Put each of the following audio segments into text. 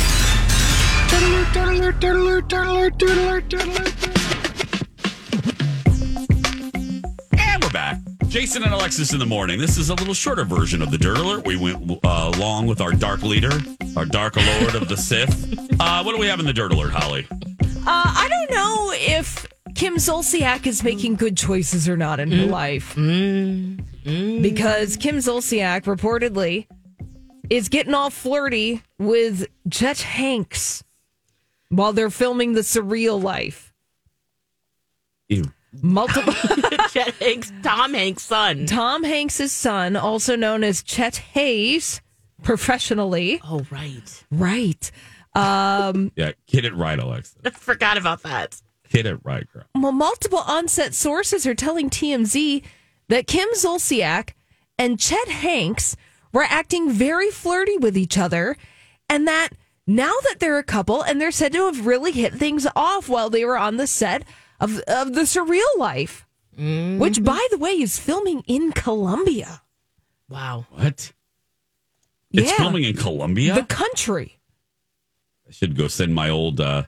And we're back. Jason and Alexis in the morning. This is a little shorter version of the Dirt Alert. We went uh, along with our dark leader, our dark lord of the Sith. Uh, what do we have in the Dirt Alert, Holly? Uh, I don't know if Kim Zolciak is making good choices or not in her life. Because Kim Zolciak reportedly is getting all flirty with Jet Hanks while they're filming The Surreal Life. Ew. Multiple Chet Hanks, Tom Hanks' son. Tom Hanks' son, also known as Chet Hayes, professionally. Oh, right. Right. Um, Yeah, get it right, Alexis. I forgot about that. Get it right, girl. Well, multiple on-set sources are telling TMZ that Kim Zolciak and Chet Hanks were acting very flirty with each other, and that now that they're a couple and they're said to have really hit things off while they were on the set of of the Surreal Life, which, by the way, is filming in Colombia, Wow. What? It's Yeah. filming in Colombia? the country. I should go send my old uh,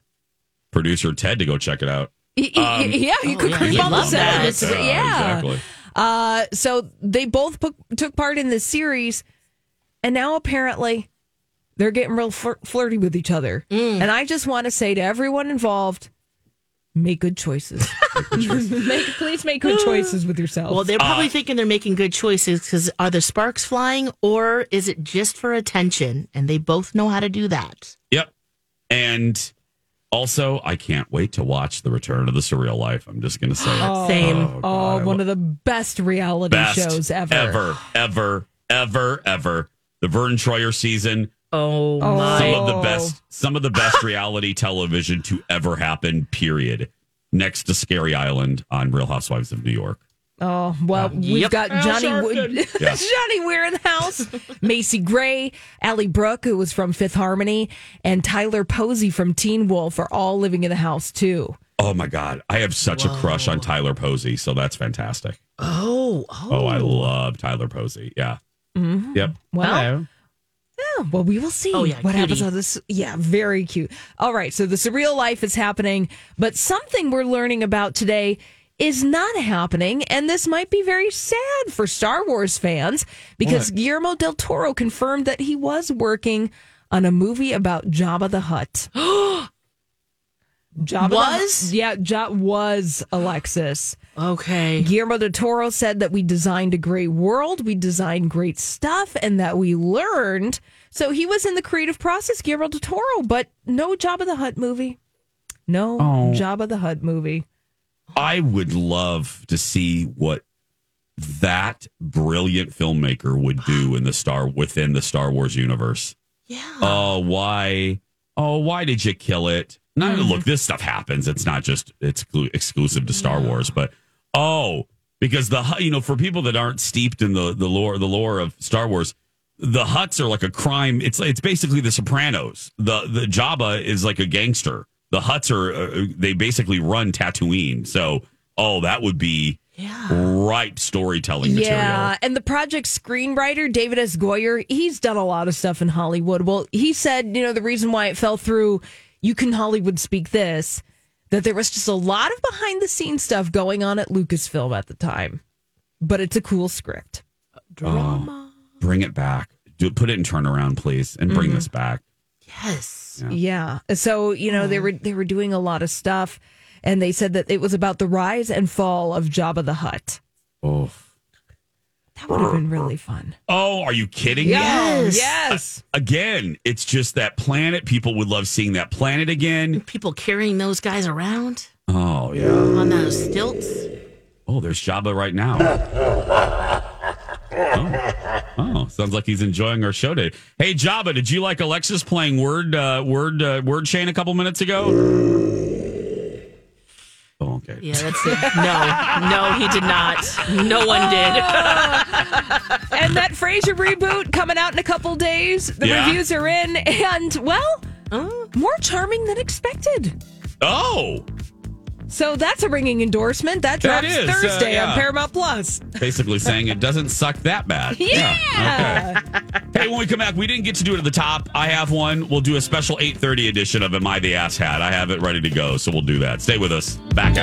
producer, Ted, to go check it out. Y- y- Um, y- yeah, you could oh, yeah, creep you'd on the love set. that. It's- Uh, yeah. Exactly. Uh, so they both po- took part in this series, and now apparently they're getting real flir- flirty with each other. And I just want to say to everyone involved, make good choices. make, please make good choices with yourselves. Well, they're probably thinking they're making good choices because are the sparks flying or is it just for attention? And they both know how to do that. Yep. And also, I can't wait to watch The Return of the Surreal Life. I'm just going to say it. Same. oh, one of the best reality best shows ever. Ever, ever, ever, ever. The Vern Troyer season, Oh, some my. of the best, some of the best reality television to ever happen, period. Next to Scary Island on Real Housewives of New York. Oh well, we've Yep. got Al Johnny Sharpton. Yeah. Johnny Weir in the house, Macy Gray, Allie Brooke, who was from Fifth Harmony, and Tyler Posey from Teen Wolf are all living in the house too. Oh my God. I have such a crush on Tyler Posey, so that's fantastic. Oh, oh. Oh, I love Tyler Posey. Yeah. Yep. Well, yeah, well, we will see Oh, yeah, what cutie. happens on this. Yeah, very cute. All right, so the surreal life is happening, but something we're learning about today is not happening, and this might be very sad for Star Wars fans because What? Guillermo del Toro confirmed that he was working on a movie about Jabba the Hutt. Jabba the- Was? yeah, ja- was Alexis. Okay. Guillermo del Toro said that we designed a great world, we designed great stuff, and that we learned. So he was in the creative process, Guillermo del Toro, but no Jabba the Hutt movie. No Jabba the Hutt movie. I would love to see what that brilliant filmmaker would do in the star within the Star Wars universe. Yeah. Oh, why? Oh, why did you kill it? No, look, this stuff happens. It's not just it's exclu- exclusive to Star Wars, but oh, because the Hut- you know for people that aren't steeped in the the lore the lore of Star Wars, the Huts are like a crime. It's it's basically the Sopranos. The the Jabba is like a gangster. The Huts are uh, they basically run Tatooine. So oh, that would be ripe storytelling Yeah, material. and the project screenwriter David S. Goyer, he's done a lot of stuff in Hollywood. Well, he said, you know, the reason why it fell through, you can Hollywood speak this, that there was just a lot of behind the scenes stuff going on at Lucasfilm at the time. But it's a cool script. Drama. Bring it back. Do put it in turnaround, please, and bring this back. Yes. Yeah. So, you know, they were they were doing a lot of stuff. and they said that it was about the rise and fall of Jabba the Hutt. Oh. That would have been really fun. Oh, are you kidding me? Yes. Yes. Again, it's just that planet. People would love seeing that planet again. People carrying those guys around Oh, yeah. on those stilts. Oh, there's Jabba right now. Oh. oh, sounds like he's enjoying our show today. Hey, Jabba, did you like Alexis playing word, uh, word, uh, word chain a couple minutes ago? Oh, okay. Yeah, that's it. No, no, he did not. No one did. and that Frasier reboot coming out in a couple days. The Yeah. Uh. reviews are in, and well, Oh, more charming than expected. Oh, So that's a ringing endorsement. That That drops is, uh, Thursday yeah. on Paramount Plus. basically saying it doesn't suck that bad. Yeah. Okay. Hey, when we come back, we didn't get to do it at the top. I have one. We'll do a special 8:30 edition of Am I the Ass Hat? I have it ready to go, so we'll do that. Stay with us. Back.